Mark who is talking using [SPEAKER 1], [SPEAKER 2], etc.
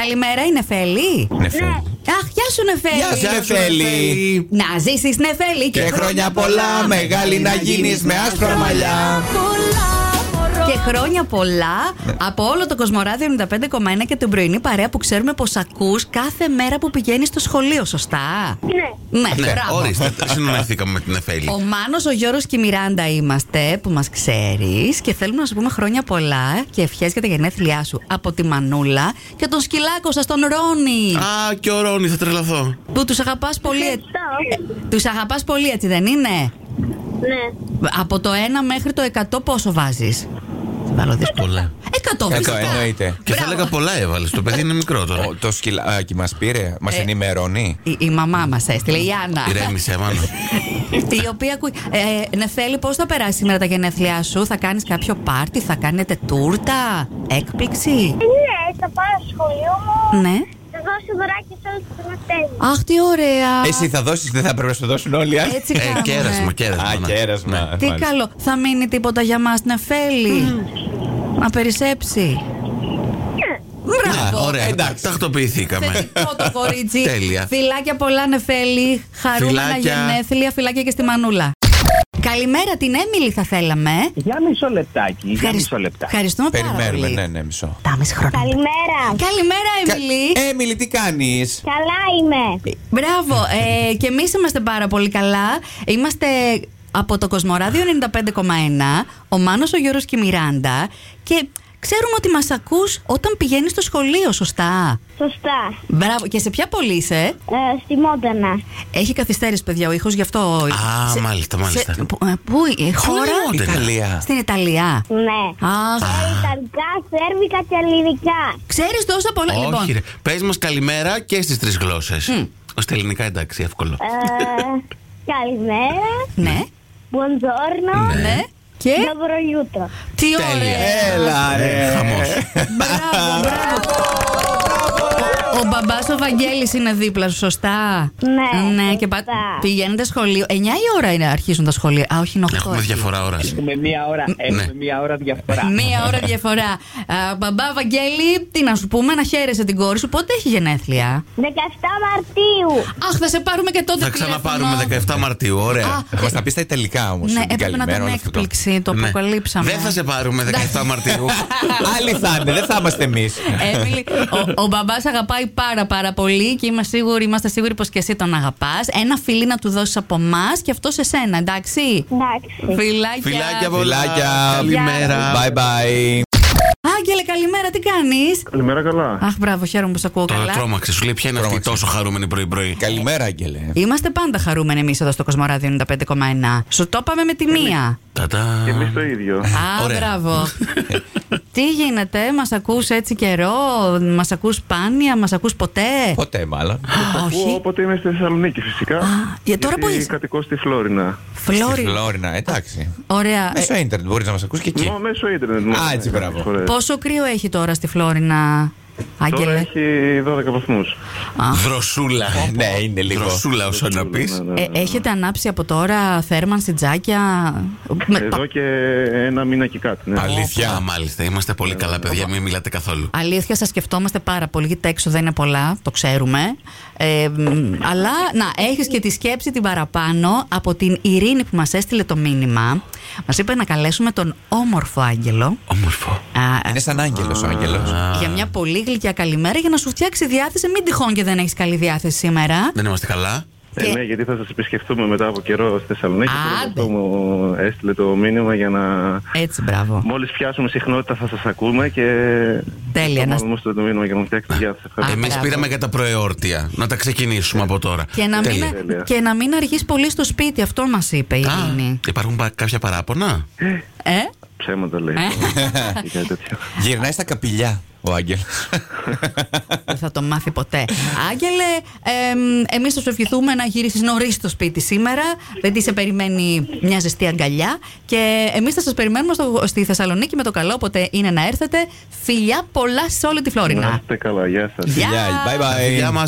[SPEAKER 1] Καλημέρα, η Νεφέλη.
[SPEAKER 2] Νεφέλη.
[SPEAKER 1] Αχ, γεια σου, Νεφέλη.
[SPEAKER 3] Γεια σου, Νεφέλη.
[SPEAKER 1] Να ζήσεις, Νεφέλη.
[SPEAKER 3] Και χρόνια πολλά, μεγάλη να γίνεις με άσπρα μαλλιά.
[SPEAKER 1] Και χρόνια πολλά από όλο το Κοσμοράδιο 95,1 και την πρωινή παρέα που ξέρουμε πως ακούς κάθε μέρα που πηγαίνεις στο σχολείο, σωστά.
[SPEAKER 4] Ναι.
[SPEAKER 1] Ναι,
[SPEAKER 2] Ναι,
[SPEAKER 1] μπράβο.
[SPEAKER 2] ορίστε. Συνονεθήκαμε με την
[SPEAKER 1] Ο
[SPEAKER 2] Εφέλη.
[SPEAKER 1] Μάνος, ο Γιώργο και η Μιράντα είμαστε που μας ξέρεις και θέλουμε να σου πούμε χρόνια πολλά και ευχές για τα γενέθλιά σου από τη Μανούλα και τον σκυλάκο σας, τον Ρόνι.
[SPEAKER 2] Α, και ο Ρόνι, θα τρελαθώ.
[SPEAKER 1] Που τους αγαπάς πολύ. ε-
[SPEAKER 4] Ευχαριστώ.
[SPEAKER 1] Τους αγαπάς πολύ, έτσι δεν είναι.
[SPEAKER 4] Ναι.
[SPEAKER 1] Από το 1 μέχρι το 100 πόσο βάζεις. Βάλω δύσκολο.
[SPEAKER 2] Πολλά.
[SPEAKER 1] 100,
[SPEAKER 3] Κακό,
[SPEAKER 1] φυσικά.
[SPEAKER 3] εννοείται.
[SPEAKER 2] Και θα
[SPEAKER 1] Μπράβο.
[SPEAKER 2] έλεγα πολλά έβαλες. Το παιδί είναι μικρό
[SPEAKER 3] Ο-
[SPEAKER 2] τώρα.
[SPEAKER 3] Το σκυλάκι μας πήρε, μας ενημερώνει.
[SPEAKER 1] Η, η μαμά μας έστειλε, η Άννα.
[SPEAKER 2] Ηρέμησε, μάλλον.
[SPEAKER 1] η οποία ακούει. Ε, Νεφέλη, πώς θα περάσει σήμερα τα γενέθλιά σου, θα κάνεις κάποιο πάρτι, θα κάνετε τούρτα, έκπληξη.
[SPEAKER 4] Ε, Ναι, θα πάω στο σχολείο μου.
[SPEAKER 1] Ναι.
[SPEAKER 4] Θα δώσω δωράκι σε όλους τους μαθητές μου.
[SPEAKER 1] Αχ, τι ωραία.
[SPEAKER 3] Εσύ θα δώσεις, δεν θα πρέπει να σου δώσουν όλοι. α.
[SPEAKER 1] Έτσι
[SPEAKER 2] Ε,
[SPEAKER 1] κάνουμε.
[SPEAKER 2] κέρασμα, κέρασμα.
[SPEAKER 3] Α,
[SPEAKER 2] ναι.
[SPEAKER 3] κέρασμα.
[SPEAKER 2] Ναι.
[SPEAKER 1] Τι
[SPEAKER 3] μάλιστα.
[SPEAKER 1] καλό. Θα μείνει τίποτα για μας, Νεφέλη. Να περισσέψει.
[SPEAKER 2] Ναι,
[SPEAKER 1] Μπράβο.
[SPEAKER 2] Ωραία,
[SPEAKER 3] Εντάξει.
[SPEAKER 2] τακτοποιηθήκαμε.
[SPEAKER 1] Θετικό το κορίτσι.
[SPEAKER 2] Ναι. Τέλεια.
[SPEAKER 1] Φιλάκια πολλά, Νεφέλη. Χαρούμενα
[SPEAKER 2] Φιλάκια.
[SPEAKER 1] γενέθλια. Φιλάκια και στη Μανούλα. Καλημέρα, την Έμιλη θα θέλαμε.
[SPEAKER 5] Για μισό λεπτάκι, για μισό λεπτάκι.
[SPEAKER 1] Ευχαριστούμε πάρα
[SPEAKER 3] Περιμένουμε,
[SPEAKER 1] πολύ.
[SPEAKER 3] ναι, ναι, μισό.
[SPEAKER 1] Τάμες χρόνο.
[SPEAKER 4] Καλημέρα.
[SPEAKER 1] Καλημέρα, Έμιλη.
[SPEAKER 3] Κα- Ε- Έμιλι, τι κάνεις.
[SPEAKER 4] Καλά είμαι.
[SPEAKER 1] Μπράβο. Ε, και εμείς είμαστε πάρα πολύ καλά. Είμαστε από το Κοσμοράδιο 95,1, ο Μάνος, ο Γιώργος και η Μιράντα. Και ξέρουμε ότι μας ακούς όταν πηγαίνεις στο σχολείο, σωστά.
[SPEAKER 4] Σωστά.
[SPEAKER 1] Μπράβο. Και σε ποια πόλη είσαι.
[SPEAKER 4] Ε, στη Μόντανα.
[SPEAKER 1] Έχει καθυστέρηση, παιδιά, ο ήχος, γι' αυτό.
[SPEAKER 2] Α,
[SPEAKER 1] Σε-
[SPEAKER 2] μάλιστα, μάλιστα.
[SPEAKER 1] σε- πού- ε, Πού, η χώρα.
[SPEAKER 2] είναι Μόντανα.
[SPEAKER 3] Ιταλία.
[SPEAKER 1] Στην Ιταλία.
[SPEAKER 4] Ναι.
[SPEAKER 1] Αχ,
[SPEAKER 4] Ε, Ιταλικά, Σέρβικα και Ελληνικά.
[SPEAKER 1] ξέρεις τόσα πολλά. λοιπόν,
[SPEAKER 2] Όχι, πες μας καλημέρα και στις τρεις γλώσσες. Στα ελληνικά εντάξει, εύκολο.
[SPEAKER 4] Ε, καλημέρα.
[SPEAKER 1] ναι,
[SPEAKER 4] Buongiorno.
[SPEAKER 1] ναι. Και
[SPEAKER 4] Dobro jutro.
[SPEAKER 1] τι
[SPEAKER 2] Τέλεια.
[SPEAKER 1] ωραία. Ε,
[SPEAKER 2] Ε.
[SPEAKER 3] Έλα, ρε.
[SPEAKER 2] Χαμός.
[SPEAKER 1] Μπράβο, μπράβο. Ο- Ο μπαμπάς ο Βαγγέλης είναι δίπλα σου, σωστά.
[SPEAKER 4] Ναι,
[SPEAKER 1] ναι και πα...
[SPEAKER 4] σωστά.
[SPEAKER 1] πηγαίνετε σχολείο. 9 η ώρα είναι, αρχίζουν τα σχολεία. Α, όχι, είναι 8.
[SPEAKER 4] Ε,
[SPEAKER 2] Ναι, Έχουμε διαφορά ώρας.
[SPEAKER 5] Έχουμε μία ώρα, έχουμε μία ώρα διαφορά.
[SPEAKER 1] Μία ώρα διαφορά. Α, μπαμπά Βαγγέλη, τι να σου πούμε, να χαίρεσαι την κόρη σου. Πότε έχει γενέθλια.
[SPEAKER 4] 17 Μαρτίου.
[SPEAKER 1] Αχ, θα σε πάρουμε και τότε
[SPEAKER 2] Θα
[SPEAKER 1] τηλέφωνο.
[SPEAKER 2] ξαναπάρουμε 17 Μαρτίου, ωραία.
[SPEAKER 3] Μας τα πεις τα τελικά όμως.
[SPEAKER 1] Ναι, έπρεπε να ήταν έκπληξη, το
[SPEAKER 2] Ναι.
[SPEAKER 1] αποκαλύψαμε.
[SPEAKER 2] Δεν θα σε πάρουμε 17 Μαρτίου.
[SPEAKER 3] Άλλοι θα είναι, δεν θα είμαστε εμείς.
[SPEAKER 1] Ε, Έμιλι, ο, ο μπαμπάς αγαπάει πάρα πάρα πολύ και είμαστε σίγουροι, είμαστε σίγουροι πως και εσύ τον αγαπάς. Ένα φιλί να του δώσεις από εμάς και αυτό σε σένα, εντάξει.
[SPEAKER 4] Εντάξει.
[SPEAKER 1] Φιλάκια.
[SPEAKER 2] Φιλάκια πολλά.
[SPEAKER 3] Φιλάκια.
[SPEAKER 2] Καλημέρα.
[SPEAKER 3] Bye bye.
[SPEAKER 1] Άγγελε, καλημέρα, τι κάνεις.
[SPEAKER 6] Καλημέρα, καλά.
[SPEAKER 1] Αχ, μπράβο, χαίρομαι που σε ακούω
[SPEAKER 2] Τώρα
[SPEAKER 1] καλά.
[SPEAKER 2] τρόμαξες. Σου λέει ποια είναι αυτή
[SPEAKER 3] Τρόμαξες.
[SPEAKER 2] τόσο χαρούμενη πρωί-πρωί.
[SPEAKER 3] Καλημέρα, Άγγελε.
[SPEAKER 1] Είμαστε πάντα χαρούμενοι εμείς εδώ στο Κοσμοράδιο 95,1. Σου το είπαμε με τη
[SPEAKER 6] Ε, ναι.
[SPEAKER 1] μία.
[SPEAKER 2] Τα-τα.
[SPEAKER 6] Και εμείς το ίδιο.
[SPEAKER 1] Α,
[SPEAKER 2] Ωραία. Ε.
[SPEAKER 1] μπράβο. Τι γίνεται, μας ακούς έτσι καιρό, μας ακούς σπάνια, μας ακούς ποτέ.
[SPEAKER 3] Ποτέ, μάλλον.
[SPEAKER 1] Α,
[SPEAKER 6] Ακούω
[SPEAKER 1] Όχι.
[SPEAKER 6] όποτε είμαι στη Θεσσαλονίκη, φυσικά.
[SPEAKER 1] Α, για τώρα
[SPEAKER 6] γιατί
[SPEAKER 1] που είσαι.
[SPEAKER 6] Κατοικώ στη Φλόρινα.
[SPEAKER 3] Στη
[SPEAKER 1] Φλόρι.
[SPEAKER 3] Φλόρινα, εντάξει.
[SPEAKER 6] Ναι,
[SPEAKER 1] Ωραία. Ε,
[SPEAKER 3] Μέσω ίντερνετ μπορείς να μας ακούσει και εκεί.
[SPEAKER 6] Μα μέσω ίντερνετ. μου.
[SPEAKER 3] Α, έτσι, μπράβο.
[SPEAKER 6] Ναι, φορές.
[SPEAKER 1] Πόσο κρύο έχει τώρα στη Φλόρινα,
[SPEAKER 6] Τώρα
[SPEAKER 1] Άγγελε.
[SPEAKER 6] έχει 12 βαθμού.
[SPEAKER 2] Δροσούλα.
[SPEAKER 3] Ναι, είναι λίγο.
[SPEAKER 2] Δροσούλα, όσο να πει.
[SPEAKER 1] Ε, έχετε ανάψει από τώρα θέρμανση τζάκια. Με-
[SPEAKER 6] Εδώ και ένα μήνα και κάτι. Ναι.
[SPEAKER 3] Αλήθεια.
[SPEAKER 2] Α, μάλιστα. Είμαστε πολύ
[SPEAKER 1] Ε,
[SPEAKER 2] καλά, παιδιά. Μην μιλάτε καθόλου.
[SPEAKER 1] Αλήθεια, σας σκεφτόμαστε πάρα πολύ, γιατί τα έξοδα είναι πολλά, το ξέρουμε. Ε, μ, αλλά να έχεις και τη σκέψη την παραπάνω από την Ειρήνη που μας έστειλε το μήνυμα. Μας είπε να καλέσουμε τον όμορφο Άγγελο.
[SPEAKER 2] Όμορφο.
[SPEAKER 1] Α,
[SPEAKER 3] Είναι σαν Άγγελος ο Άγγελος.
[SPEAKER 2] Ναι.
[SPEAKER 1] για μια πολύ γλυκιά καλημέρα για να σου φτιάξει διάθεση. Μην τυχόν και δεν έχεις καλή διάθεση σήμερα.
[SPEAKER 2] Δεν είμαστε καλά.
[SPEAKER 6] Ε,
[SPEAKER 1] Και-
[SPEAKER 6] ναι, γιατί θα σας επισκεφτούμε μετά από καιρό στη Θεσσαλονίκη.
[SPEAKER 1] Άντε.
[SPEAKER 6] και αυτό μου έστειλε το μήνυμα για να.
[SPEAKER 1] Έτσι, μπράβο.
[SPEAKER 6] Μόλις πιάσουμε συχνότητα θα σας ακούμε και.
[SPEAKER 1] Τέλεια,
[SPEAKER 6] Θα
[SPEAKER 1] να-
[SPEAKER 6] πάμε όμως το μήνυμα για να φτιάξετε διάθεση. Ευχαριστώ.
[SPEAKER 2] Εμείς
[SPEAKER 1] μπράβο.
[SPEAKER 2] Ε,
[SPEAKER 1] Ε,
[SPEAKER 2] πήραμε για τα προεόρτια. Να τα ξεκινήσουμε από τώρα.
[SPEAKER 1] Και να, μην,
[SPEAKER 2] Τέλεια.
[SPEAKER 6] Τέλεια.
[SPEAKER 1] και να μην αργείς πολύ στο σπίτι, αυτό μας είπε η
[SPEAKER 2] Α,
[SPEAKER 1] Ειρήνη.
[SPEAKER 2] Υπάρχουν πα- κάποια παράπονα.
[SPEAKER 1] Ε,
[SPEAKER 6] Ψέματα λέει.
[SPEAKER 1] Ε.
[SPEAKER 6] Ή κάτι τέτοιο.
[SPEAKER 3] Γυρνάει στα καπηλιά ο Άγγελο.
[SPEAKER 1] δεν θα το μάθει ποτέ. Άγγελε, εμ, εμείς θα σου ευχηθούμε να γυρίσεις νωρίς στο σπίτι σήμερα, γιατί σε περιμένει μια ζεστή αγκαλιά και εμείς θα σας περιμένουμε στο, στη Θεσσαλονίκη με το καλό, όποτε είναι να έρθετε. Φιλιά πολλά σε όλη τη
[SPEAKER 6] Να
[SPEAKER 1] Φλόρινα.
[SPEAKER 6] είστε καλά, γεια σας.
[SPEAKER 1] Γεια.
[SPEAKER 3] Γεια. Bye bye.
[SPEAKER 2] Γεια μας.